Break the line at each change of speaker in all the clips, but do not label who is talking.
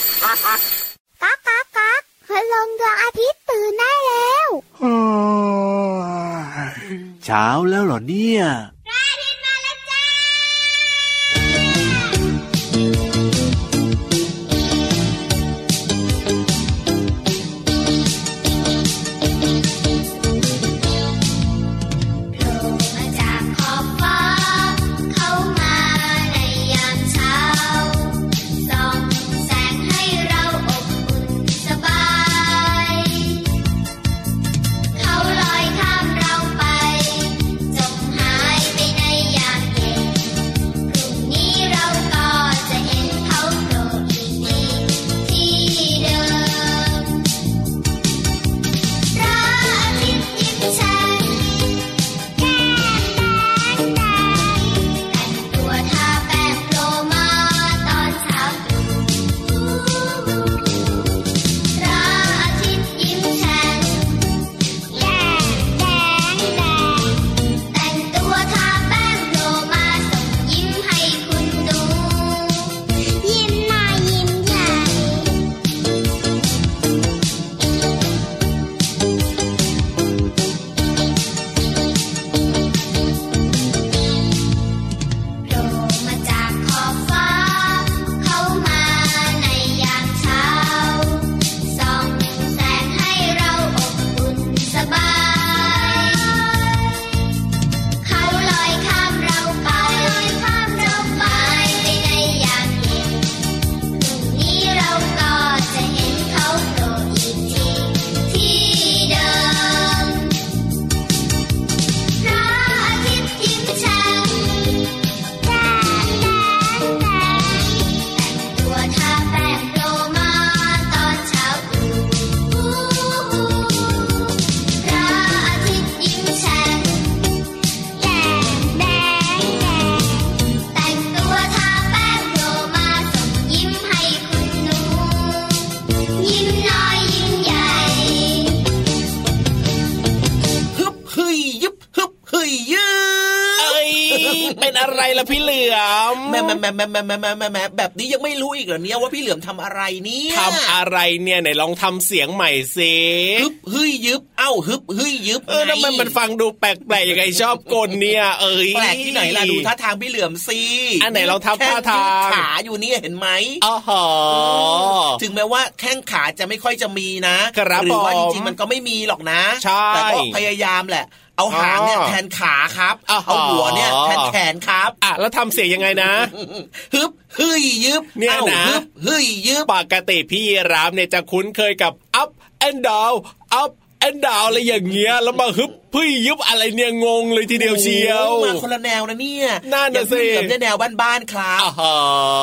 ก๊ากก๊ากก๊ากพลังดวงอาทิตย์ตื่นได้แล้ว
เช้าแล้วเหรอเนี่ย
พระอาทิตย์มาแล้วจ้า
โผล่มาจากขอบฟ้า เข้ามาในยามเช้า ส่องแสงให้เราอบอุ่นสบาย เขาลอยข้ามเราไป จมหายไปในยามเย็น พรุ่งนี้เราก็จะเห็นเขาโผล่อีกทีที่เดิม พระอาทิตย์ยิ้มแฉ่ง แก้มแดงๆแต่งตัวทาแป้งโปรมาตอนเช้าตรู่พระอาทิตย์ยิ้มแฉ่งแก้มแดงๆแต่งตัวทาแป้งโปรมาส่งยิ้มให้คุณดู ยิ้มหน้ายิ้มใหญ่ โผล่มาจากขอบฟ้า เข้ามาในยามเช้า ส่องแสงให้เราอบอุ่นสบาย เขาลอยข้ามเราไปลอยข้ามเราไปไปในยามเย็นพรุ่งนี้เราก็จะเห็นเขาโผล่อีกทีที่เดิม พระอาทิตย์ยิ้มแฉ่ง แก้มแดงแดงแต่งตัวทาแป้งโปรมาตอนเช้าตรู่พระอาทิตย์ยิ้มแฉ่งแก้มแดงแดงแต่งตัวทาแป้งโปรมาส่งยิ้มให้คุณหนู ยิ้มน้อยยิ้มใหญ่
ฮึบฮึยยึบฮึบฮึยยึ
เอ้ย เป็นอะไรล่ะพี่เหลือม
บแหมแหมแหมแหมแหมแหมแหมแหมแหมแบบนี้ยังไม่รู้อีกเหรอเนี่ยว่าพี่เหลือมทำอะไรเนี่ย
ทำอะไรเนี่ยไหนลองทำเสียงใหม่สิ
ฮึบฮึยยึบเอ้าฮึบฮึยยึบ
เออทำไมมันฟังดูแปลกๆยังไงชอบกลเนี่ย เอ้ย
แปลกที่ไหนล่ะดูท่าทางพี่เหลือมสิ
อันไหนเราทำ
แค่
ท่าทาง
ยืดขาอยู่เนี่ยเห็นไหม
อ๋อหอ
ถึงแม้ว่าแข้งขาจะไม่ค่อยจะมีนะครับ หรือว่า
ผ
จ
ม
ริงๆมันก็ไม่มีหรอกนะ
ใช่
แต่ก็พยายามแหละ เอาหางเนี่ย
อ๋อ
แทนขาครับ
อ๋อ
เอาหัวเนี่ยแทนแขนครับ
อ่ะแล้วทำเสียงยังไงนะ
ฮึบฮึยยึบ
เนี่ย
อ้า
นะ
ฮึบฮึยยึบ
ปกติพี่ยีรามเนี่ยจะคุ้นเคยกับ up and down up and down อะไรอย่างเงี้ย แล้วมาฮึบพี่ยึบอะไรเนี่ยงงเลยทีเดียวเชียว
โอ้โหมาคนละแนวนะเนี่ย
นั่นน่ะสิ
อย่างพี่เหลือมเนี่ยแนวบ้านๆครับ
อ๋อหอ
อ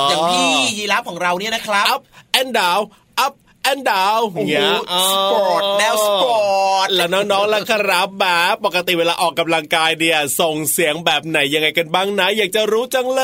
อ
ย่างพี่ยีราฟของเราเนี่ยนะครับ
up and down up and down
โอ้โห
เงี้ย
สปอร์ตแนวสปอร์ต
แล้วน้องๆล่ะครับมาปกติเวลาออกกำลังกายเนี่ยส่งเสียงแบบไหนยังไงกันบ้างนะ อยากจะรู้จังเล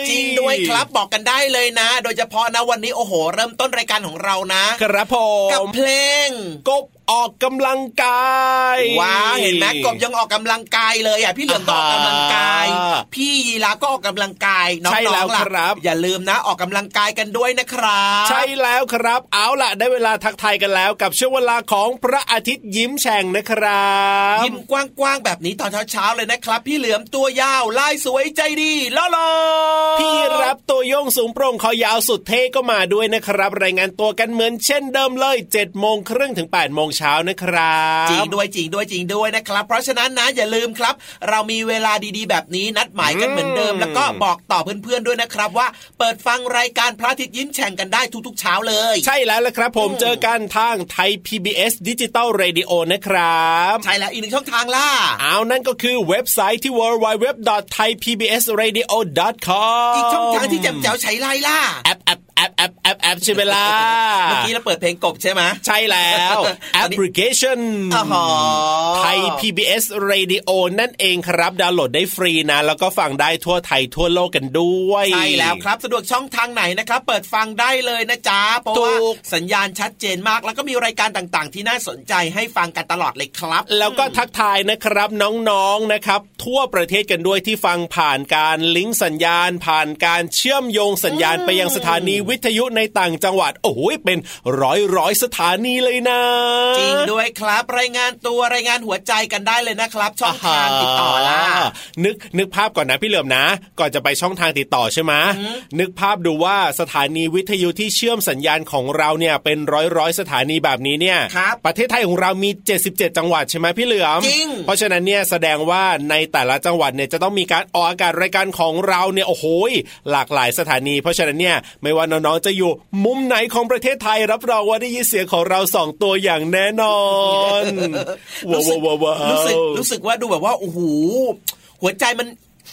ย
จริงด้วยครับบอกกันได้เลยนะ โดยเฉพาะนะวันนี้โอ้โห เริ่มต้นรายการของเรานะ
ครับผ
กับ
ม
เพลง
กบออกกำลังกาย
ว้าวเห็นไหมกบยังออกกำลังกายเลยอ่ะพี่เหลือมก็ออกกำลังกาย
อ่า
พี่ยีราฟก็ออกกำลังกายน้อ
ใช่
งๆ
แล้ว
ล่ะ
ครับ
อย่าลืมนะออกกำลังกายกันด้วยนะครับ
ใช่แล้วครับ เอาล่ะได้เวลาทักทายกันแล้วกับช่วงเวลาของพระอาทิตย์ยิ้มแฉ่งนะครับ
ยิ้มกว้างๆแบบนี้ตอนเช้าๆเลยนะครับ พี่เหลือมตัวยาวลายสวยใจดีล่อลอๆ
พี่รับตัวโยงสูงโปร่งเขายาวสุดเท่ก็มาด้วยนะครับ รายงานตัวกันเหมือนเช่นเดิมเลย7จ็ดโมงครึ่งถึง8ปดโมงเช้านะครับ
จริงด้วยจริงด้วยจริงด้วยนะครับ เพราะฉะนั้นนะอย่าลืมครับ เรามีเวลาดีๆ แบบนี้นัดหมายกันเหมือนเดิม
อืม
แล้วก็บอกต่อเพื่อนๆด้วยนะครับว่าเปิดฟังรายการพระอาทิตย์ยิ้มแฉ่งกันได้ทุกๆเช้าเลย
ใช่แล้วละครับ ผมเจอกันทางไทย PBS ดิจิตอลเรดิโอนะครับ
ใช่แล้วอีกหนึ่งช่องทางล่ะ
เอานั่นก็คือเว็บไซต์ที่ www.thaipbsradio.com
อีกช่องทางที่แจมแจ๋วใช้ไล่ล่ะ
แอปแอปแอปแอปแอปแอปใช่ไหมล่ะ
เมื่อกี้เราเปิดเพลงกบใช่ไหม
ใช่แล้ว
อั
แอน ป
นี้
พลิเคชัน
อ๋อ
ไทย PBS Radio นั่นเองครับ ดาวน์โหลดได้ฟรีนะ แล้วก็ฟังได้ทั่วไทยทั่วโลกกันด้วย
ใช่แล้วครับสะดวกช่องทางไหนนะครับ เปิดฟังได้เลยนะจ๊ะเพราะว่า
ถูก
สัญญาณชัดเจนมากแล้วก็มีรายการต่างๆ ที่น่าสนใจให้ฟังกันตลอดเลยครับ
แล้วก็ทักทายนะครับน้องๆนะครับ ทั่วประเทศกันด้วยที่ฟังผ่านการลิงก์สัญญาณ ผ่านการเชื่อมโยงสัญญาณไปยังสถานีวิทยุใน ต่างจังหวัด โอ้โหเป็นร้อยร้อยๆสถานีเลยนะ
จริงด้วยครับ รายงานตัวรายงานหัวใจกันได้เลยนะครับ ช่องทางติดต่อล่ะ
นึกนึกภาพก่อนนะพี่เหลือมนะ ก่อนจะไปช่องทางติดต่อใช่ไหมนึกภาพดูว่าสถานีวิทยุที่เชื่อมสัญญาณของเราเนี่ยเป็นร้อยร้อยๆสถานีแบบนี้เนี่ย
ครับ
ประเทศไทยของเรามี 77 จังหวัดใช่ไหมพี่เหลือม
จริง
เพราะฉะนั้นเนี่ยแสดงว่าในแต่ละจังหวัดเนี่ยจะต้องมีการออกอากาศรายการของเราเนี่ยโอ้โหยหลากหลายสถานี เพราะฉะนั้นเนี่ยไม่ว่าน้องๆจะอยู่มุมไหนของประเทศไทยรับรองว่าได้ยินเสียงของเราสองตัวอย่างแน่นอนว้าว
สึก
ว้าวว้าว
รู้สึกรู้สึกว่าดูแบบว่าโอ้โหหัวใจมัน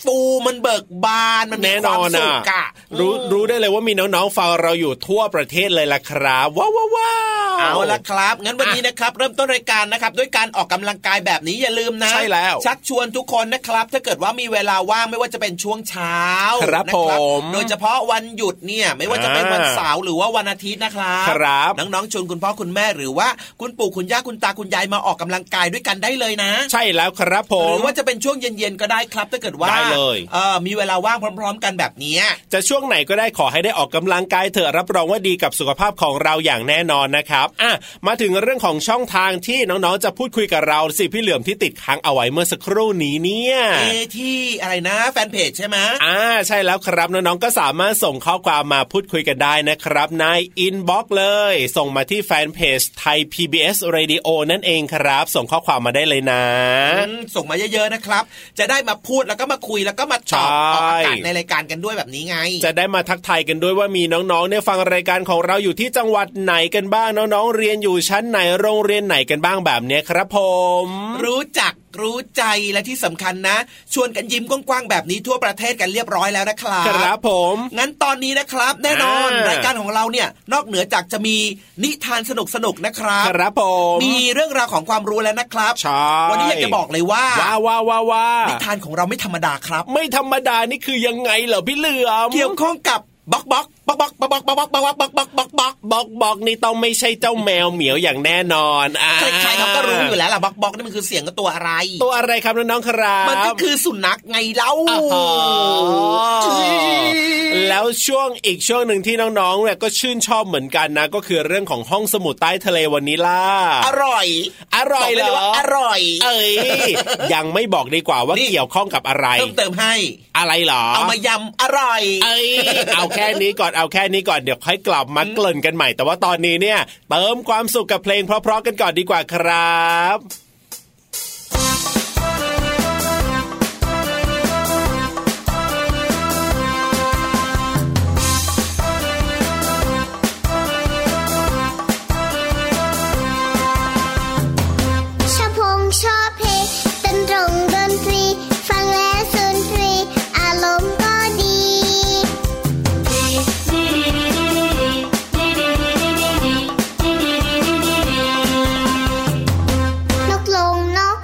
ฟูมันเบิกบานมันมี
แน่
คน วา
อ
ม
น
สุ
อ่ะ
ขอะ
รู้รู้ได้เลยว่ามีน้องๆฟังเราอยู่ทั่วประเทศเลยล่ะครับว้าวว้าวว้าว
เอาละครับ งั้นวันนี้นะครับ เริ่มต้นรายการนะครับ ด้วยการออกกำลังกายแบบนี้อย่าลืมนะ
ใช่แล้ว
ชักชวนทุกคนนะครับ ถ้าเกิดว่ามีเวลาว่างไม่ว่าจะเป็นช่วงเช้า
ครับ
นะ
ผม
โดยเฉพาะวันหยุดเนี่ยไม่ว่าจะเป็นวัน
อ่า
เสาร์หรือว่าวันอาทิตย์นะครับ
ครับ
น้องๆชวนคุณพ่อคุณแม่หรือว่าคุณปู่คุณย่าคุณตาคุณยายมาออกกำลังกายด้วยกันได้เลยนะ
ใช่แล้วครับผ
ห
ม
รือว่าจะเป็นช่วงเย็นๆก็ได้ครับ ถ้าเกิดว่า
ได้เลย
ออมีเวลาว่างพร้อม ๆ กันแบบเนี้ย
จะช่วงไหนก็ได้ขอให้ได้ออกกำลังกายเถอะรับรองว่าดีกับสุขภาพของเราอย่างแน่นอนนะครับอ่ะมาถึงเรื่องของช่องทางที่น้องๆจะพูดคุยกับเราสิพี่เหลือมที่ติดค้างเอาไว้เมื่อสักครู่นี้เนี่ย
เอที่อะไรนะ แฟนเพจใช่ไหม
อ่าใช่แล้วครับน้องๆก็สามารถส่งข้อความมาพูดคุยกันได้นะครับ ในอินบ็อกซ์เลย ส่งมาที่แฟนเพจไทย PBS Radio นั่นเองครับ ส่งข้อความมาได้เลยนะ
อืมส่งมาเยอะๆนะครับ จะได้มาพูดแล้วก็มาคุยแล้วก็มาตอบอ
ใช่
อกอากาศในรายการกันด้วยแบบนี้ไง
จะได้มาทักทายกันด้วยว่ามีน้องๆเนี่ยฟังรายการของเราอยู่ที่จังหวัดไหนกันบ้างน้องๆเรียนอยู่ชั้นไหนโรงเรียนไหนกันบ้างแบบเนี้ยครับผม
รู้จักรู้ใจและที่สำคัญนะ ชวนกันยิ้มกว้างๆแบบนี้ทั่วประเทศกันเรียบร้อยแล้วนะครับ
ครับผม
งั้นตอนนี้นะครับ แน่นอน
อ่าร
รายการของเราเนี่ยนอกเหนือจากจะมีนิทานสนุกๆนะครับ
ครับผม
มีเรื่องราวของความรู้แล้วนะครับ
ใช่
วันนี้อยากจะบอกเลยว่า
ว่าว่าว่าว่า
นิทานของเราไม่ธรรมดาครับ
ไม่ธรรมดานี่คือยังไงเหรอพี่เหลือม
เกี่ยวข้องกับบล็อกบล็อกบล็อกบล็อกบล็อกบล็อกบล็อกบล็อกบล็อกบล็อกบล็อก
บอกบอกนี่ต้องไม่ใช่เจ้าแมวเหมียวอย่างแน่นอนอ่า
ใครๆเขาก็รู้อยู่แล้วล่ะบล็อกบล็อกนี่มันคือเสียงกับตัวอะไร
ตัวอะไรครับน้องๆครับ
มันก็คือสุนัขไงเล่า
อ๋อแล้วช่วงอีกช่วงหนึ่งที่น้องๆเนี่ยก็ชื่นชอบเหมือนกันนะ ก็คือเรื่องของห้องสมุดใต้ทะเลวันนี้ล่ะ
อร่อย
อร่อ
บ
ย
ก
เหร
ได้
อ
ว่าอร่อย
เอ้ยยังไม่บอกดีกว่าว่า
นี่
เกี่ยวข้องกับอะไร
เพิ่มเติมให้
อะไรเหรอ
เอามายำอร่อย
เอ้ยเอาแค่นี้ก่อนเอาแค่นี้ก่อนเดี๋ยวค่อยกลับมาเกริ่นกันใหม่ แต่ว่าตอนนี้เนี่ย เติมความสุขกับเพลงเพราะๆกันก่อนดีกว่าครับ
ชอบพงชอบเพลงดนตรงดนตรี ฟังแล้วสนตรีอารมณ์ก็ดี นก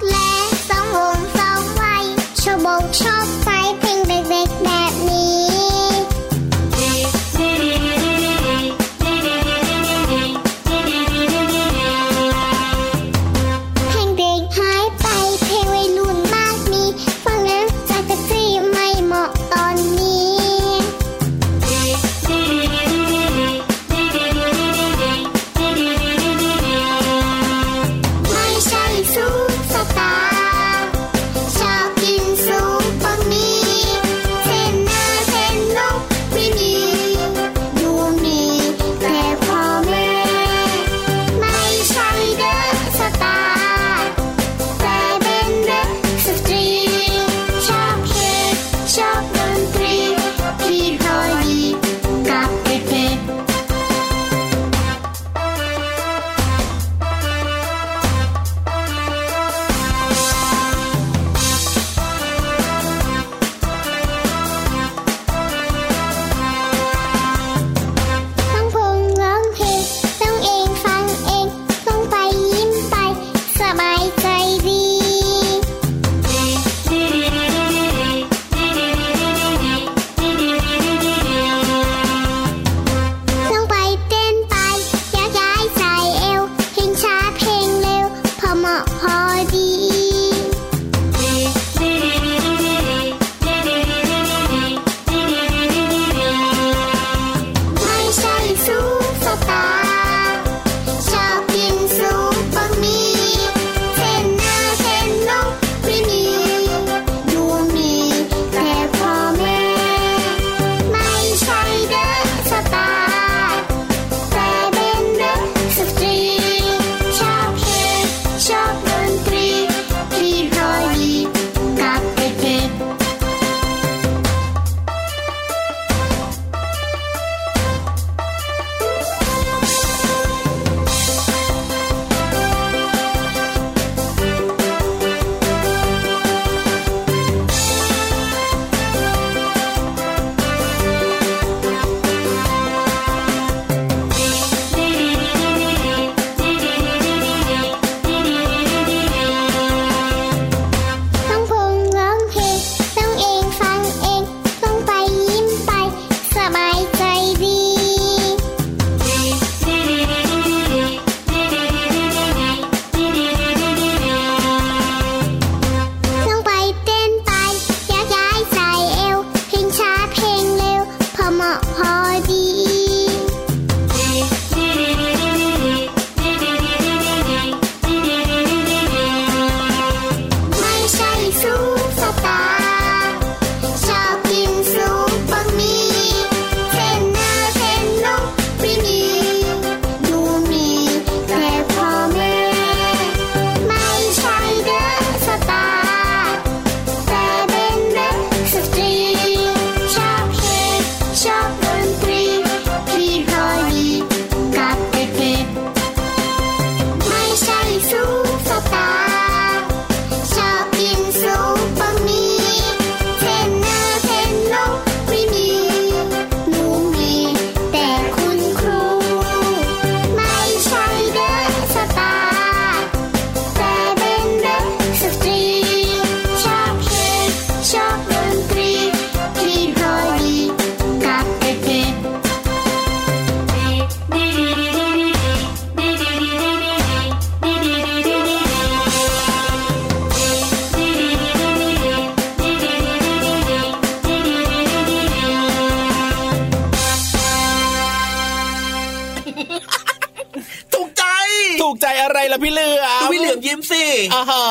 กใจอะไรล่ะพี่เหลือม
พี่เหลือมยิ้มสิ
อ่าฮะ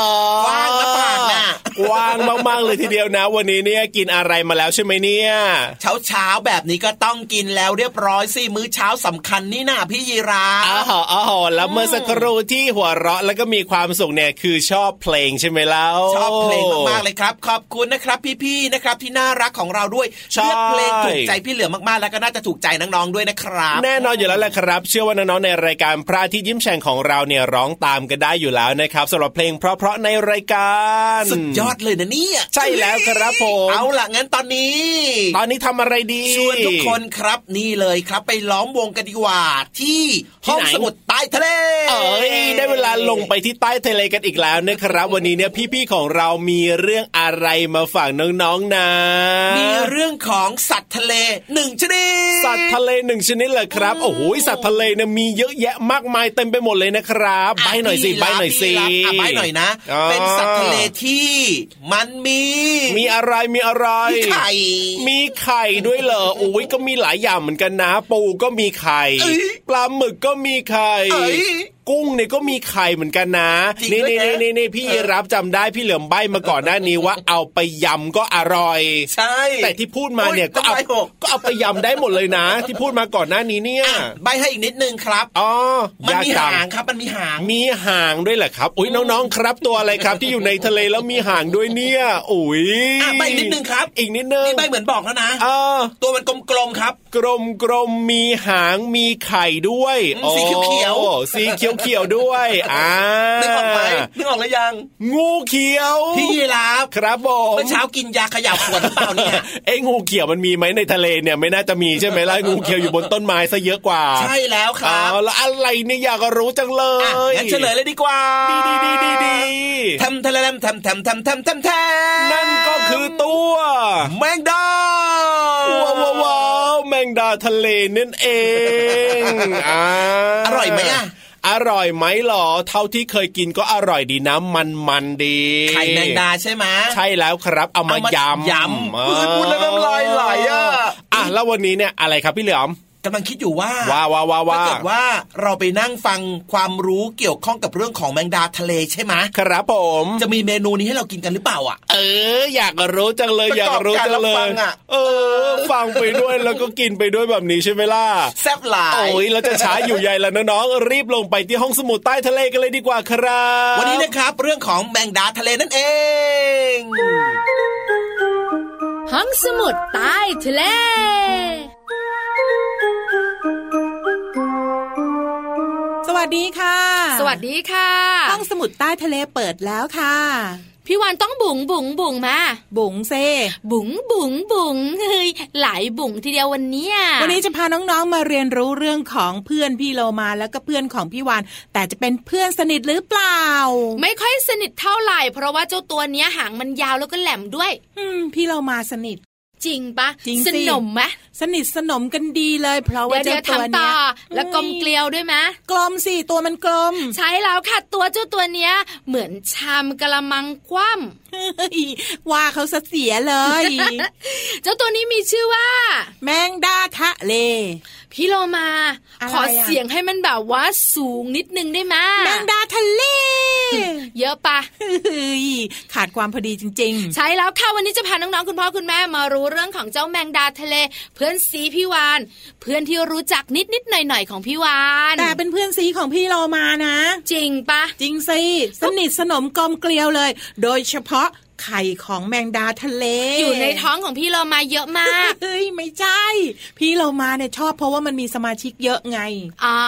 กว้างนะปากน่ะ
กว้างมากๆเลยทีเดียวนะ วันนี้เนี่ยกินอะไรมาแล้วใช่ไหมเนี่ย
เช้าเช้าๆแบบนี้ก็ต้องกินแล้วเรียบร้อยสิมื้อเช้าสำคัญนี่นาพี่ยีราฟ
อ๋ออ๋อแล้วเมื่อสักครู่ที่หัวเราะแล้วก็มีความสุขเนี่ยคือชอบเพลงใช่ไหมเล่า
ชอบเพลงมากๆเลยครับ ขอบคุณนะครับพี่ๆนะครับที่น่ารักของเราด้วย
ใช่
เลือกเพลงถูกใจพี่เหลือมากๆแล้วก็น่าจะถูกใจน้องๆด้วยนะครับ
แน่นอนอยู่แล้วแหละครับ เชื่อว่าน้องๆในรายการพระอาทิตย์ยิ้มแฉ่งของเราเนี่ยร้องตามกันได้อยู่แล้วนะครับสำหรับเพลงเพราะๆในรายการ
สุดยอดเลยนะเนี่ย
ใช่แล้วครับผม
เอาล่ะงั้นตอนนี้
ตอนนี้ทำอะไรดี
ชวนทุกคนครับนี่เลยครับไปล้อมวงกันดีกว่าที่ห้องสมุดใต้ทะเล
เอ้ยได้เวลาลงไปที่ใต้ทะเลกันอีกแล้วนะครับ วันนี้เนี่ยพี่ๆของเรามีเรื่องอะไรมาฝากน้องๆนะ
มีเรื่องของสัตว์ทะเลหนึ่งชนิด
สัตว์ทะเลหนึ่งชนิดเลยครับ โอ้โหสัตว์ทะเลเนี่ยมีเยอะแยะมากมายเต็มไปหมดเลยนะครับใบหน่อยสิใบหน่อยสิ
อ่ะพี่รับอ่ะใบหน่อยนะ
อ๋อ
เป็นสัตว์ทะเลที่มันมี
มีอะไรมีอะไร
มีไข่
มีไข่ด้วยเหรอโอ้ยก็มีหลายอย่างเหมือนกันนะ ปูก็มีไข่
เอ้ย
ปลาหมึกก็มีไข่
เอ้ย
กุ้งเนี่ยก็มีไข่เหมือนกันนะ
จริง
นี่
ด้วย
นี่
นะ
นี่นี่นี่พี่
เออ
รับจำได้พี่เหลือมใบมาก่อนหน้านี้ว่าเอาไปยำก็อร่อย
ใช่
แต่ที่พูดมาเนี่ยก็เอา
โอ้ทำไมหก
ก็เอาไปยำได้หมดเลย นะ ที่พูดมาก่อนหน้านี้เนี่ย
อ่ะใบให้อีกนิดนึงครับ
อ๋อ
มันมี
ยกจั
หางครับมันมีหาง
มีหางด้วยเหรอครับ อุ้ยน้องๆครับ ตัวอะไรครับที่อยู่ในทะเลแล้วมีหางด้วยเนี่ย อุ้ย
อ่ะใบ้อีกนิดนึงครับ
อีกนิดนึง
นี่ใบเหมือนบอกแล้วนะ
เออ
ตัวมันกลมๆครับ
กลมกลมๆมีหางมีไข่ด้วย
อืมสีเขียวๆ
โอ้สีเขียวเขียวๆด้วย อ่า
นึกออกไหมนึกออกหรือยัง
งูเขียว
พี่ยีราฟ
ครับผม
เมื่อเช้ากินยาเขย่าขวดหรือเปล่าเนี่ย
เอ้ยงูเขียวมันมีไหมในทะเลเนี่ยไม่น่าจะมีใช่ ไหมล่ะงูเขียวอยู่บนต้นไม้ซะเยอะกว่า
ใช่แล้วครับ
เอาแล้วอะไรเนี่ยอยากรู้จังเล
อ่ะ
ย
งั้นเฉลยเลยดีกว่า
ดีดีดีดีดี
ทำทะเลทำทำทำทำทำทำ
นั่นก็คือตัว
แมงดา
ว้าวว้าวว้าวแมงดาทะเลนั่นเองอา
อร่อยไหมอะ
อร่อยไหมหรอ เท่าที่เคยกินก็อร่อยดีนะมันมันๆดี
ไข่แมงดาใช่ไหม
ใช่แล้วครับเอามา
เอามาย ย
ำ
ยำเออพูดแล้วน้ำลายไหลอะ
อ่ะแล้ววันนี้เนี่ยอะไรครับพี่เหลือม
กำลังคิดอยู่ว่า
ว้าวว้าวว้าว
ถ้า
ว้า
เกิดว่าเราไปนั่งฟังความรู้เกี่ยวข้องกับเรื่องของแมงดาทะเลใช่ไหม
ครับผม
จะมีเมนูนี้ให้เรากินกันหรือเปล่าอ่ะ
เอออยากรู้จังเลย
ประกอบ
อยากรู้จังเล
การรับฟั
ย
งอะ
เออ ฟังไปด้วยแล้วก็กินไปด้วยแบบนี้ใช่ไหมล่ะ
แซ่บหลาย
โอ้ยเราจะช้าอยู่ใหญ่แล้วน้องๆรีบลงไปที่ห้องสมุดใต้ทะเลกันเลยดีกว่าครับ
วันนี้นะครับเรื่องของแมงดาทะเลนั่นเอง
ห้องสมุดใต้ทะเล
สวัสดีค่ะ
สวัสดีค่ะ
ห้องสมุดใต้ทะเลเปิดแล้วค่ะ
พี่วันต้องบุ๋งบุ๋งบุ๋งมา
บุ๋งเซ
บุ๋งบุ๋งบุ๋ง เฮ้ยหลายบุ๋งทีเดียววันเนี้ย
วันนี้จะพาน้องๆมาเรียนรู้เรื่องของเพื่อนพี่โลมาแล้วก็เพื่อนของพี่วานแต่จะเป็นเพื่อนสนิทหรือเปล่า
ไม่ค่อยสนิทเท่าไหร่ เพราะว่าเจ้าตัวเนี้ยหางมันยาวแล้วก็แหลมด้วย
อืมพี่โลมาสนิท
จริงปะ
จริงสิ
สนมไหม
สนิทสนมกันดีเลย เพราะว่า
เดี๋
เจ้า
ยวๆ
ตัว
ทำต่
เนี้
อย แล้วกลมเกลียวด้วยไหม
กลมสิตัวมันกลม
ใช้แล้วค่ะตัวเจ้าตัวเนี้ย เหมือนชามกระมังคว่
เฮ้ยว่าเขาซะเสียเลย
ำเจ้าตัวนี้มีชื่อว่า
แมงดาทะเล
พี่โลมา
อะไร
ขอ
อะ
เสียงให้มันแบบว่าสูงนิดนึงได้ไหม
แมงดาทะเล
เยอะปะ
เฮ้ยขาดความพอดีจริง ๆ
ใช่แล้วค่ะวันนี้จะพาน้องๆคุณพ่อคุณแม่มารู้เรื่องของเจ้าแมงดาทะเล เพื่อนซีพี่วาน เพื่อนที่รู้จักนิดนิดๆหน่อยหน่อยๆของพี่วาน
แต่เป็นเพื่อนซีของพี่โลมานะ
จริงปะ
จริงสิสนิทสนมกลมเกลียวเลย โดยเฉพาะไข่ของแมงดาทะเล
อยู่ในท้องของพี่เรามาเยอะมาก
เฮ้ยไม่ใช่ พี่โลมาเนี่ยชอบเพราะว่ามันมีสมาชิกเยอะไง
อ๋อ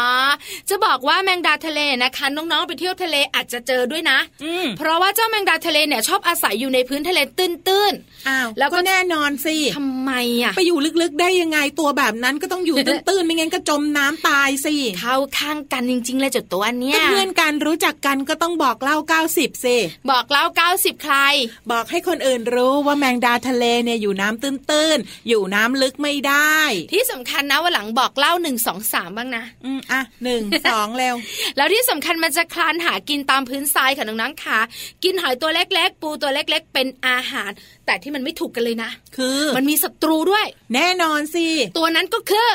จะบอกว่าแมงดาทะเลนะคะน้องๆไปเที่ยวทะเลอาจจะเจอด้วยนะ
อืม
เพราะว่าเจ้าแมงดาทะเลเนี่ยชอบอาศัยอยู่ในพื้นทะเลตื้น
อ้าว
แล้วก็
แน่นอนสิ
ๆทำไมอ่ะ
ไปอยู่ลึกๆได้ยังไงตัวแบบนั้นก็ต้องอยู่ ตื้นๆไม่งั้นก็จมน้ำตายสิ
เข้าข้างกันจริง ๆ เลยเจุดตัวเนี้
ก็
ย
เพื่อนกันรู้จักกันก็ต้องบอกเล่า 90สิ
บอกเล่า90 ใคร
บอกให้คนอื่นรู้ว่าแมงดาทะเลเนี่ยอยู่น้ำตื้นๆอยู่น้ำลึกไม่ได้
ที่สำคัญนะวันหลังบอกเล่า1 2 3บ้างนะ
อืมอ่ะหนึ่ งสองเร็ว
แล้วที่สำคัญมันจะคลานหากินตามพื้นทรายค่ะน้องๆค่ะ กินหอยตัวเล็กๆ ปูตัวเล็กๆ เป็นอาหาร แต่ที่มันไม่ถูกกันเลยนะ
คือ
มันมีศัตรูด้วย
แน่นอนสิ
ตัวนั้นก็คือ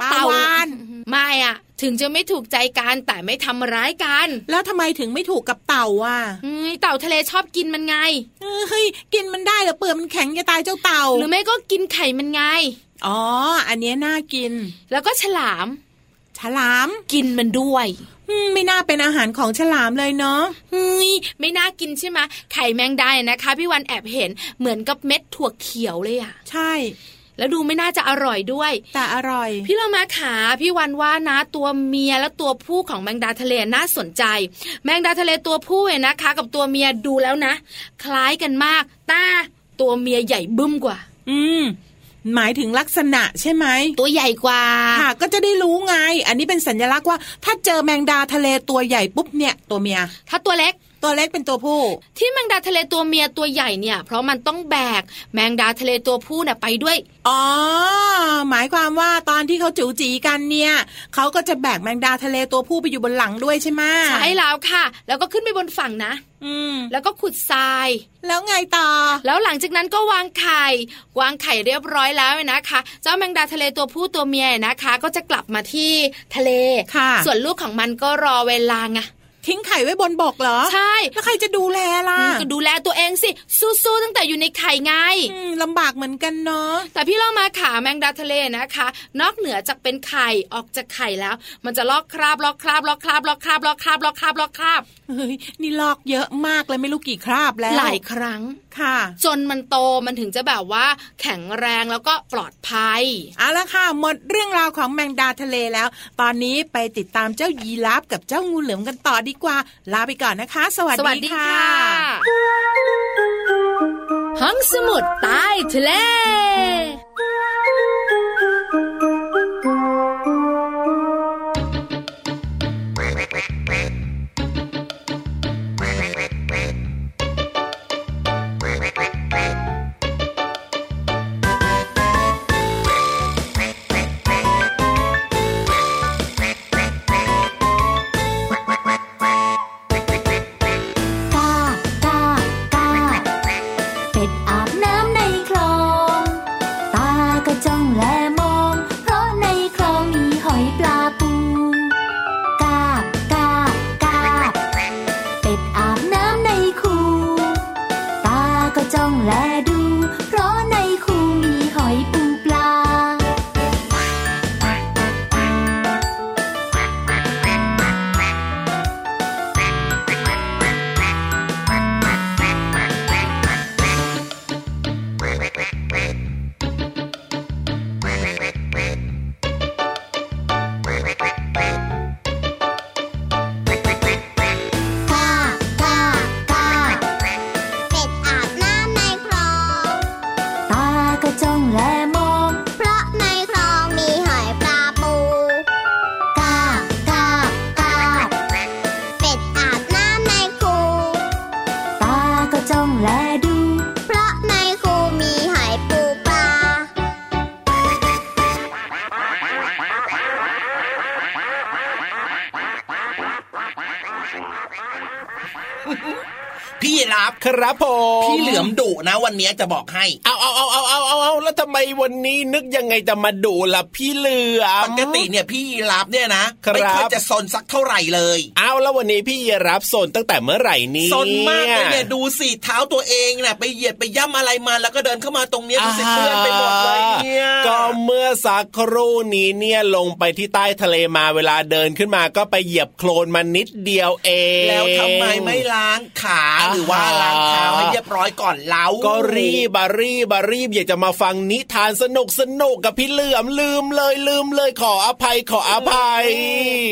ปลาวาน
ไม่อะ ถึงจะไม่ถูกใจกันแต่ไม่ทำร้ายกัน
แล้วทำไมถึงไม่ถูกกับเต่าอ่ะ
เฮ้ยเต่าทะเลชอบกินมันไง
เฮ้ยกินมันได้เหรอเปลือกมันแข็งจะตายเจ้าเต่า
หรือไม่ก็กินไข่มันไง
อ๋อ อันเนี้ยน่ากิน
แล้วก็ฉลาม
ฉลาม
กินมันด้วย
อืมไม่น่าเป็นอาหารของฉลามเลยเนาะ
เฮ้ยไม่น่ากินใช่ไหมไข่แมงดาเนี่ยนะคะ พี่วันแอบเห็นเหมือนกับเม็ดถั่วเขียวเลยอะ
ใช่
แล้วดูไม่น่าจะอร่อยด้วย
แต่อร่อย
พี่เรามาขาพี่วันว่านะตัวเมียและตัวผู้ของแมงดาทะเลน่าสนใจ แมงดาทะเลตัวผู้เนี่ยนะคะ กับตัวเมียดูแล้วนะ คล้ายกันมากแตาตัวเมียใหญ่บึ้มกว่า
อืม หมายถึงลักษณะใช่ไหม
ตัวใหญ่กว่า
ค่ะก็จะได้รู้ไง อันนี้เป็นสัญลักษณ์ว่า ถ้าเจอแมงดาทะเลตัวใหญ่ปุ๊บเนี่ย ตัวเมีย
ถ้าตัวเล็ก
ตัวเล็กเป็นตัวผู้
ที่แมงดาทะเลตัวเมียตัวใหญ่เนี่ย เพราะมันต้องแบก แมงดาทะเลตัวผู้เนี่ยไปด้วย
อ๋อ หมายความว่าตอนที่เขาจูจีกันเนี่ยเขาก็จะแบกแมงดาทะเลตัวผู้ไปอยู่บนหลังด้วยใช่ไหม
ใช่แล้วค่ะ แล้วก็ขึ้นไปบนฝั่งนะ
อืม
แล้วก็ขุดทราย
แล้วไงต่อ
แล้วหลังจากนั้นก็วางไข่ วางไข่เรียบร้อยแล้วนะคะ เจ้าแมงดาทะเลตัวผู้ตัวเมียนะคะ ก็จะกลับมาที่ทะเล
ค่ะ
ส่วนลูกของมันก็รอเวลาไง
ทิ้งไข่ไว้บนบกเหรอ
ใช่
แล้วใครจะดูแลล่ะ
อืมก็ดูแลตัวเองสิ สู้ๆตั้งแต่อยู่ในไข่ไง
อืมลำบากเหมือนกันเนาะ
แต่พี่ล่อมาขาแมงดาทะเลนะคะ นอกเหนือจากเป็นไข่ออกจากไข่แล้ว มันจะลอกคราบลอกคราบลอกคราบลอกคราบลอกคราบลอกคราบลอกคราบ
เฮ้ยนี่ลอกเยอะมากเลยไม่รู้กี่คราบแล้ว
หลายครั้ง
ค่ะ
จนมันโตมันถึงจะแบบว่าแข็งแรงแล้วก็ปลอดภัย
เอาละค่ะ หมดเรื่องราวของแมงดาทะเลแล้ว ตอนนี้ไปติดตามเจ้ายีราฟกับเจ้างูเหลือมกันต่อดีกว่า ลาไปก่อนนะคะ สวัส
สวัส
ดี
ดี
ค่ะ
ค่ะ ห้องสมุดใต้ทะเล
กา กา กา เป็ดอาบน้ำในคลอง ตาก็จ้องและมอง เพราะในคลองมีหอยปลาปู กา กา กา เป็ดอาบน้ำในคูตาก็จ้องและดู เพราะในคูมีหอยปูปลา กา กา กา เป็ดอาบน้ำในคลอง ตาก็จ้องและมอง เพราะในคลองมีหอยปลาปู กา กา กา เป็ดอาบน้ำในคูตาก็จ้องและดู เพราะในคูมีหอยปูปลา
พี่รับ
ครับผม
พี่เหลือมดุนะวันเนี้ยจะบอกให้
เอาเอาเอาเอาเอาเอาเอาแล้วทำไมวันนี้นึกยังไงจะมาดูล่ะพี่เหลือม
ปกติเนี่ยพี่ยีรับเนี่ยนะครับ ไม่เคยจะซนสักเท่าไหร่เลย
เอาแล้ววันนี้พี่รับโซนตั้งแต่เมื่อไหร่นี้
ซนมากเลยเนี่ยดูสิเท้าตัวเองน่ะไปเหยียดไปย่ำอะไรมาแล้วก็เดินเข้ามาตรงเนี้ยดูสิเปื้อนไปหมดเลยเนี่ย
อ่าก็เมื่อสักครู่นี้เนี่ยลงไปที่ใต้ทะเลมาเวลาเดินขึ้นมาก็ไปเหยียบโคลนมานิดเดียวเอง
แล้วทำไมไม่ล้างขา
อ่า
หรือว่าล้างเท้าให้เรียบร้อยก่อนเล้า
ก็รีบอะรีบอะรีบอยากจะมาฟังนิทานสนุกสนุกกับพี่เหลือมลืมเลยลืมเลยขออภัยขออภัย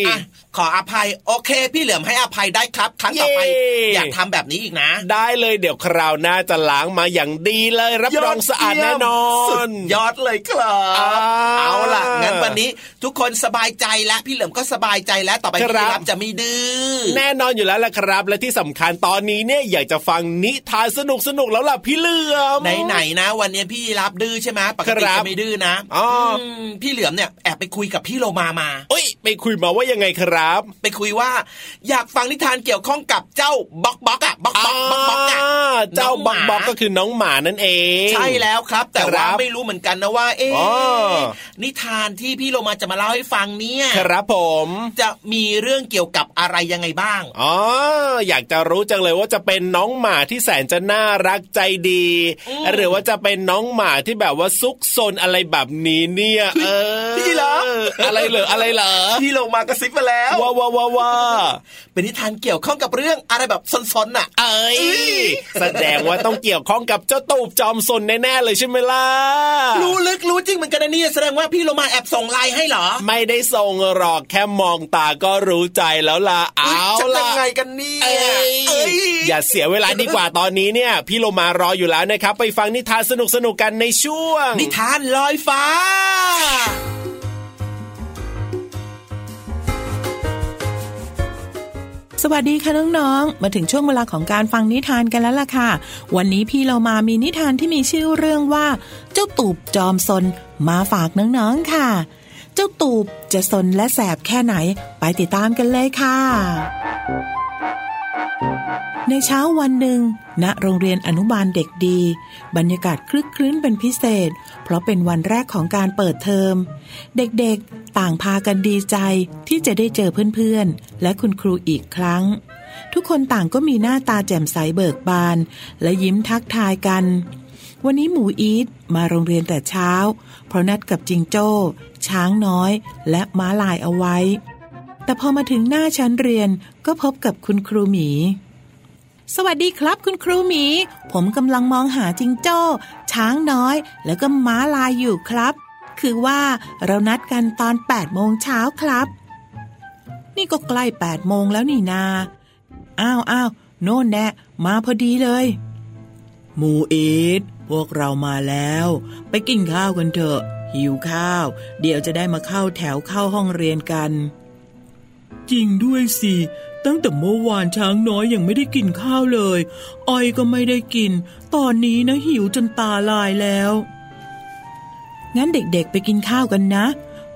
อ่ะขออภัยโอเค พี่เหลือมให้อภัยได้ครับ ครั้งต่อไป
เย้
อย่าทำแบบนี้อีกนะ
ได้เลยเดี๋ยวคราวหน้าจะล้างมาอย่างดีเลยรับรองสะอาดแน่นอน
สุดยอดเลยครับ
อ่า
เอาล่ะ งั้นวันนี้ทุกคนสบายใจและพี่เหลิมก็สบายใจแล้วต่อไป
ค
พี่
รับ
รับจะไม่ดื้อ
แน่นอนอยู่แล้วล่ะครับ และที่สำคัญตอนนี้เนี่ยอยากจะฟังนิทานสนุกสนุกๆแล้วล่ะพี่เหลือม
ไหนๆนะ วันนี้พี่รับดื้อใช่ไหมปกติ
ครับ
จะไม่ดื้อนะ
อ๋ออื
มพี่เหลือมเนี่ยแอบไปคุยกับพี่โลมามา
เอ้ยไปคุยมาว่ายังไงครับ
ไปคุยว่า อยากฟังนิทานเกี่ยวข้องกับเจ้าบ็อกบ็อกอะ บักบักบักบักอะ
เจ้า
น้
บั
อง
ก
หมา
บักก็คือน้องหมานั่นเอง
ใช่แล้วครับ แต่ว่า
ครับ
ไม่รู้เหมือนกันนะว่า เอ๊ะ
อ๋อ
นิทานที่พี่โลมาจะมาเล่าให้ฟังเนี่ย
ครับผม
จะมีเรื่องเกี่ยวกับอะไรยังไงบ้าง
อ๋อ อยากจะรู้จังเลยว่าจะเป็นน้องหมาที่แสนจะน่ารักใจดี
อืม
หรือว่าจะเป็นน้องหมาที่แบบว่าซุกซนอะไรแบบนี้เนี่ยเออ
พี่เหรอ
อะไรเหรออะไรเหรอ
พี่โลมากระซิบมาแล้ว
ว้าวว้าวว้าวว้า
เป็นนิทานเกี่ยวข้องกับเรื่องอะไรแบบซนๆน่ะ
เอ้ยแสดงว่าต้องเกี่ยวข้องกับเจ้าตูบจอมซนแน่ๆเลยใช่ไหมล่ะ
รู้ลึกรู้จริงเหมือนกันนะเนี่ยแสดงว่าพี่โลมาแอบส่งไลน์ให้เหรอ
ไม่ได้ส่งหรอกแค่มองตาก็รู้ใจแล้วล่ะเอา
ยจะยั
ล่ะ
งไงกันเนี่ย
เอ้ย
เอ้ย
อย่าเสียเวลาดีกว่าตอนนี้เนี่ย พี่โลมารออยู่แล้วนะครับ ไปฟังนิทานสนุกๆกันในช่วง
นิทานลอยฟ้า
สวัสดีค่ะน้องๆ มาถึงช่วงเวลาของการฟังนิทานกันแล้วล่ะค่ะ วันนี้พี่เรามามีนิทานที่มีชื่อเรื่องว่า เจ้าตูบจอมซนมาฝากน้องๆค่ะ เจ้าตูบจะซนและแสบแค่ไหน ไปติดตามกันเลยค่ะ ในเช้าวันหนึ่งณโรงเรียนอนุบาลเด็กดี บรรยากาศคลึกครื้นเป็นพิเศษ เพราะเป็นวันแรกของการเปิดเทอม เด็กๆ ต่างพากันดีใจที่จะได้เจอเพื่อนๆ และคุณครูอีกครั้ง ทุกคนต่างก็มีหน้าตาแจ่มใสเบิกบาน และยิ้มทักทายกัน วันนี้หมูอีทมาโรงเรียนแต่เช้า เพราะนัดกับจิงโจ้ ช้างน้อย และม้าลายเอาไว้ แต่พอมาถึงหน้าชั้นเรียนก็พบกับคุณครูหมี สวัสดีครับคุณครูหมี ผมกำลังมองหาจิงโจ้ ช้างน้อย แล้วก็ม้าลายอยู่ครับ คือว่าเรานัดกันตอน8โมงเช้าครับ นี่ก็ใกล้8โมงแล้วนี่นา อ้าวอ้าวโน่นแน่มาพอดีเลย หมูอีทพวกเรามาแล้ว ไปกินข้าวกันเถอะ หิวข้าว เดี๋ยวจะได้มาเข้าแถวเข้าห้องเรียนกัน จริงด้วยสิ ตั้งแต่เมื่อวานช้างน้อยยังไม่ได้กินข้าวเลยอ้อยก็ไม่ได้กิน ตอนนี้นะหิวจนตาลายแล้ว งั้นเด็กๆไปกินข้าวกันนะ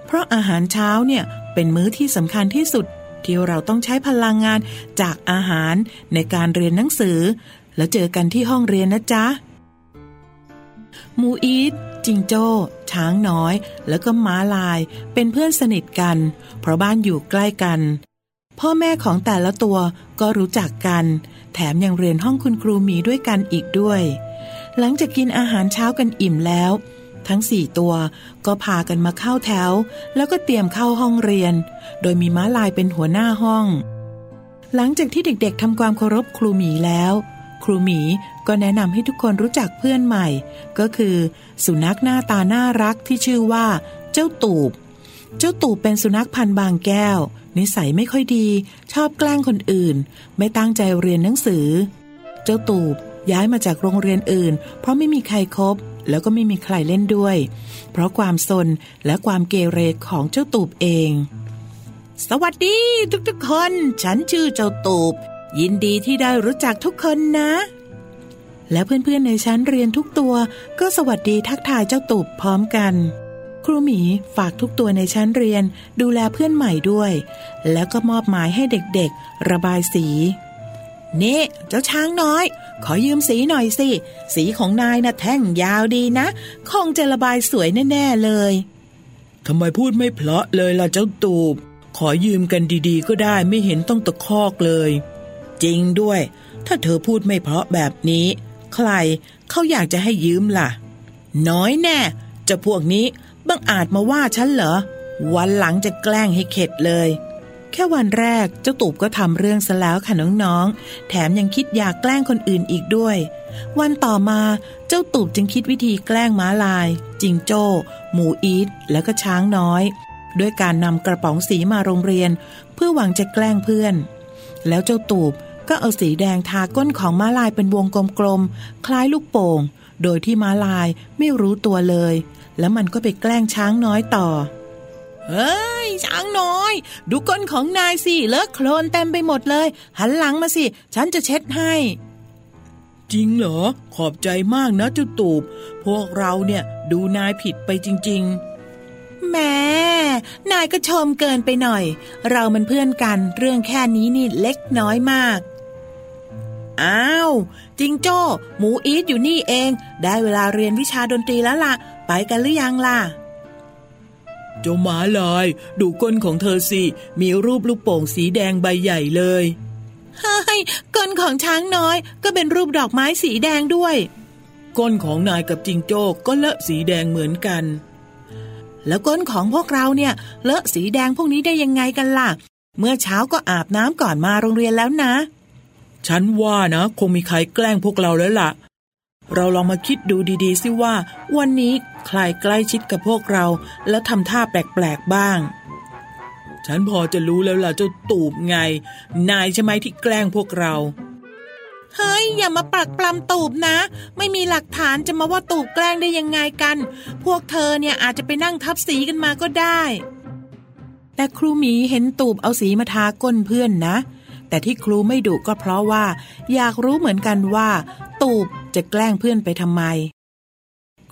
เพราะอาหารเช้าเนี่ยเป็นมื้อที่สำคัญที่สุด ที่เราต้องใช้พลังงานจากอาหารในการเรียนหนังสือ แล้วเจอกันที่ห้องเรียนนะจ๊ะ หมูอีทจิงโจ้ ช้างน้อย แล้วก็ม้าลาย เป็นเพื่อนสนิทกัน เพราะบ้านอยู่ใกล้กัน พ่อแม่ของแต่ละตัวก็รู้จักกัน แถมยังเรียนห้องคุณครูหมีด้วยกันอีกด้วย หลังจากกินอาหารเช้ากันอิ่มแล้ว ทั้งสี่ตัวก็พากันมาเข้าแถว แล้วก็เตรียมเข้าห้องเรียน โดยมีม้าลายเป็นหัวหน้าห้อง หลังจากที่เด็กๆทำความเคารพครูหมีแล้ว ครูหมีก็แนะนำให้ทุกคนรู้จักเพื่อนใหม่ ก็คือ สุนัขหน้าตาน่ารักที่ชื่อว่า เจ้าตูบ เจ้าตูบเป็นสุนัขพันธุ์บางแก้ว นิสัยไม่ค่อยดี ชอบแกล้งคนอื่น ไม่ตั้งใจเรียนหนังสือ เจ้าตูบย้ายมาจากโรงเรียนอื่น เพราะไม่มีใครคบ แล้วก็ไม่มีใครเล่นด้วย เพราะความซนและความเกเรของเจ้าตูบเอง สวัสดีทุกๆคน ฉันชื่อเจ้าตูบ ยินดีที่ได้รู้จักทุกคนนะ และเพื่อนๆในชั้นเรียนทุกตัว ก็สวัสดีทักทายเจ้าตูบพร้อมกัน ครูหมีฝากทุกตัวในชั้นเรียนดูแลเพื่อนใหม่ด้วย แล้วก็มอบหมายให้เด็กๆ ระบายสี เน่เจ้าช้างน้อย ขอยืมสีหน่อยสิ สีของนายนะ่ะแท่งยาวดีนะ คงจะระบายสวยแน่ๆเลย ทำไมพูดไม่เพลาะเลยล่ะเจ้าตูบ ขอยืมกันดีๆ ก็ได้ไม่เห็นต้องตะคอกเลย จริงด้วย ถ้าเธอพูดไม่เพราะแบบนี้ ใครเขาอยากจะให้ยืมล่ะ น้อยแน่เจะพวกนี้บังอาจมาว่าฉันเหรอ วันหลังจะแกล้งให้เข็ดเลย แค่วันแรกเจ้าตูบก็ทำเรื่องซะแล้วค่ะน้องๆ แถมยังคิดอยากแกล้งคนอื่นอีกด้วย วันต่อมาเจ้าตูบจึงคิดวิธีแกล้งม้าลาย จิงโจ้ หมูอีทแล้วก็ช้างน้อย ด้วยการนำกระป๋องสีมาโรงเรียน เพื่อหวังจะแกล้งเพื่อน แล้วเจ้าตูบก็เอาสีแดงทาก้นของม้าลายเป็นวงกลมๆ คล้ายลูกโป่ง โดยที่ม้าลายไม่รู้ตัวเลย แล้วมันก็ไปแกล้งช้างน้อยต่อ เฮ้ย ช้างน้อย ดูก้นของนายสิ เลอะโคลนเต็มไปหมดเลย หันหลังมาสิ ฉันจะเช็ดให้ จริงเหรอ ขอบใจมากนะเจ้าตูบ พวกเราเนี่ยดูนายผิดไปจริง ๆ แม่ นายก็ชมเกินไปหน่อย เรามันเพื่อนกันเรื่องแค่นี้นี่เล็กน้อยมาก อ้าวจิงโจ้หมูอีทอยู่นี่เอง ได้เวลาเรียนวิชาดนตรีแล้วล่ะ ไปกันหรือยังล่ะ เจ้าหมาลาย ดูก้นของเธอสิ มีรูปลูกโป่งสีแดงใบใหญ่เลยเฮ้ยก้นของช้างน้อย ก็เป็นรูปดอกไม้สีแดงด้วย ก้นของนายกับจิงโจ้ก็เลอะสีแดงเหมือนกัน แล้วก้นของพวกเราเนี่ย เลอะสีแดงพวกนี้ได้ยังไงกันล่ะ เมื่อเช้าก็อาบน้ำก่อนมาโรงเรียนแล้วนะ ฉันว่านะ คงมีใครแกล้งพวกเราแล้วล่ะ เราลองมาคิดดูดีๆ สิว่า วันนี้ใครใกล้ชิดกับพวกเรา แล้วทำท่าแปลกๆบ้าง ฉันพอจะรู้แล้วล่ะเจ้าตูบไง นายใช่ไหมที่แกล้งพวกเรา เฮ้ย อย่ามาปรักปลำตูบนะ ไม่มีหลักฐานจะมาว่าตูบแกล้งได้ยังไงกัน พวกเธอเนี่ยอาจจะไปนั่งทับสีกันมาก็ได้ แต่ครูหมีเห็นตูบเอาสีมาทาก้นเพื่อนนะ แต่ที่ครูไม่ดุก็เพราะว่า อยากรู้เหมือนกันว่า ตูบจะแกล้งเพื่อนไปทำไม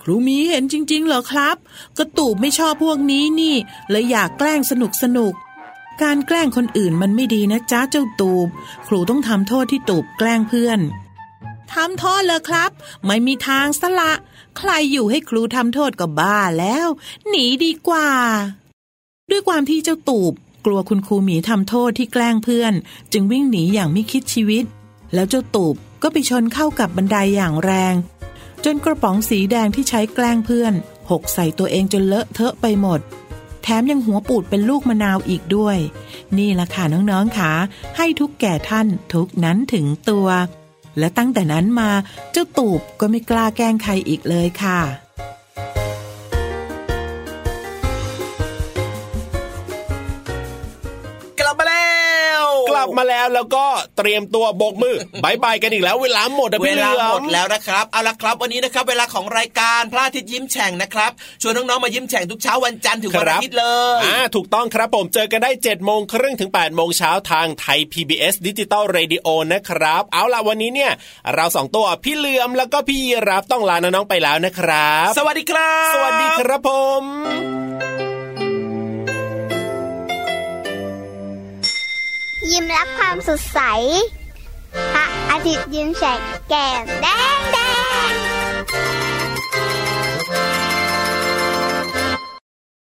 ครูหมีเห็นจริง ๆ เหรอครับ ก็ตูบไม่ชอบพวกนี้นี่เลยอยากแกล้งสนุกสนุกๆการแกล้งคนอื่นมันไม่ดีนะจ้าเจ้าตูบ ครูต้องทำโทษที่ตูบแกล้งเพื่อนทำโทษเลยครับ ไม่มีทางสละ ใครอยู่ให้ครูทำโทษก็บ้าแล้ว หนีดีกว่า ด้วยความที่เจ้าตูบ กลัวคุณครูหมีทำโทษที่แกล้งเพื่อน จึงวิ่งหนีอย่างไม่คิดชีวิต แล้วเจ้าตูบก็ไปชนเข้ากับบันไดยอย่างแรง จนกระป๋องสีแดงที่ใช้แกล้งเพื่อน หกใส่ตัวเองจนเลอะเทอะไปหมด แถมยังหัวปูดเป็นลูกมะนาวอีกด้วย นี่ละค่ะน้องๆค่ะให้ทุกแก่ท่านทุกนั้นถึงตัว และตั้งแต่นั้นมาเจ้าตูบก็ไม่กล้าแกล้งใครอีกเลยค่ะ
กลับมาแล้ว
กลับมาแล้วแล้วก็เตรียมตัวโบกมือบายบายกันอีกแล้วเวลาหมดอะ
เว
พี่เหลื
ลา
อม
หมดแล้วนะครับ เอาละครับ วันนี้นะครับ เวลาของรายการพระอาทิตย์ยิ้มแฉ่งนะครับ ชวนน้องๆมายิ้มแฉ่งทุกเช้าวันจันทร์ถึงวัน
ครับ
อาทิตย์เลย
อ่าถูกต้องครับผมเจอกันได้7จ็ดโมงครึ่งถึง8ปดโมงเช้าทางไทย PBS ดิจิตอลเรดิโอนะครับ เอาล่ะวันนี้เนี่ย เราสองตัวพี่เหลือมแล้วก็พี่ยีรับต้องลาน้องๆไปแล้วนะครับ
สวัสดีครับ
สวัสดีครับผม
ยิ้มรับความสดใสพระอาทิตย์ยิ้มแฉกแก้มแดงแดง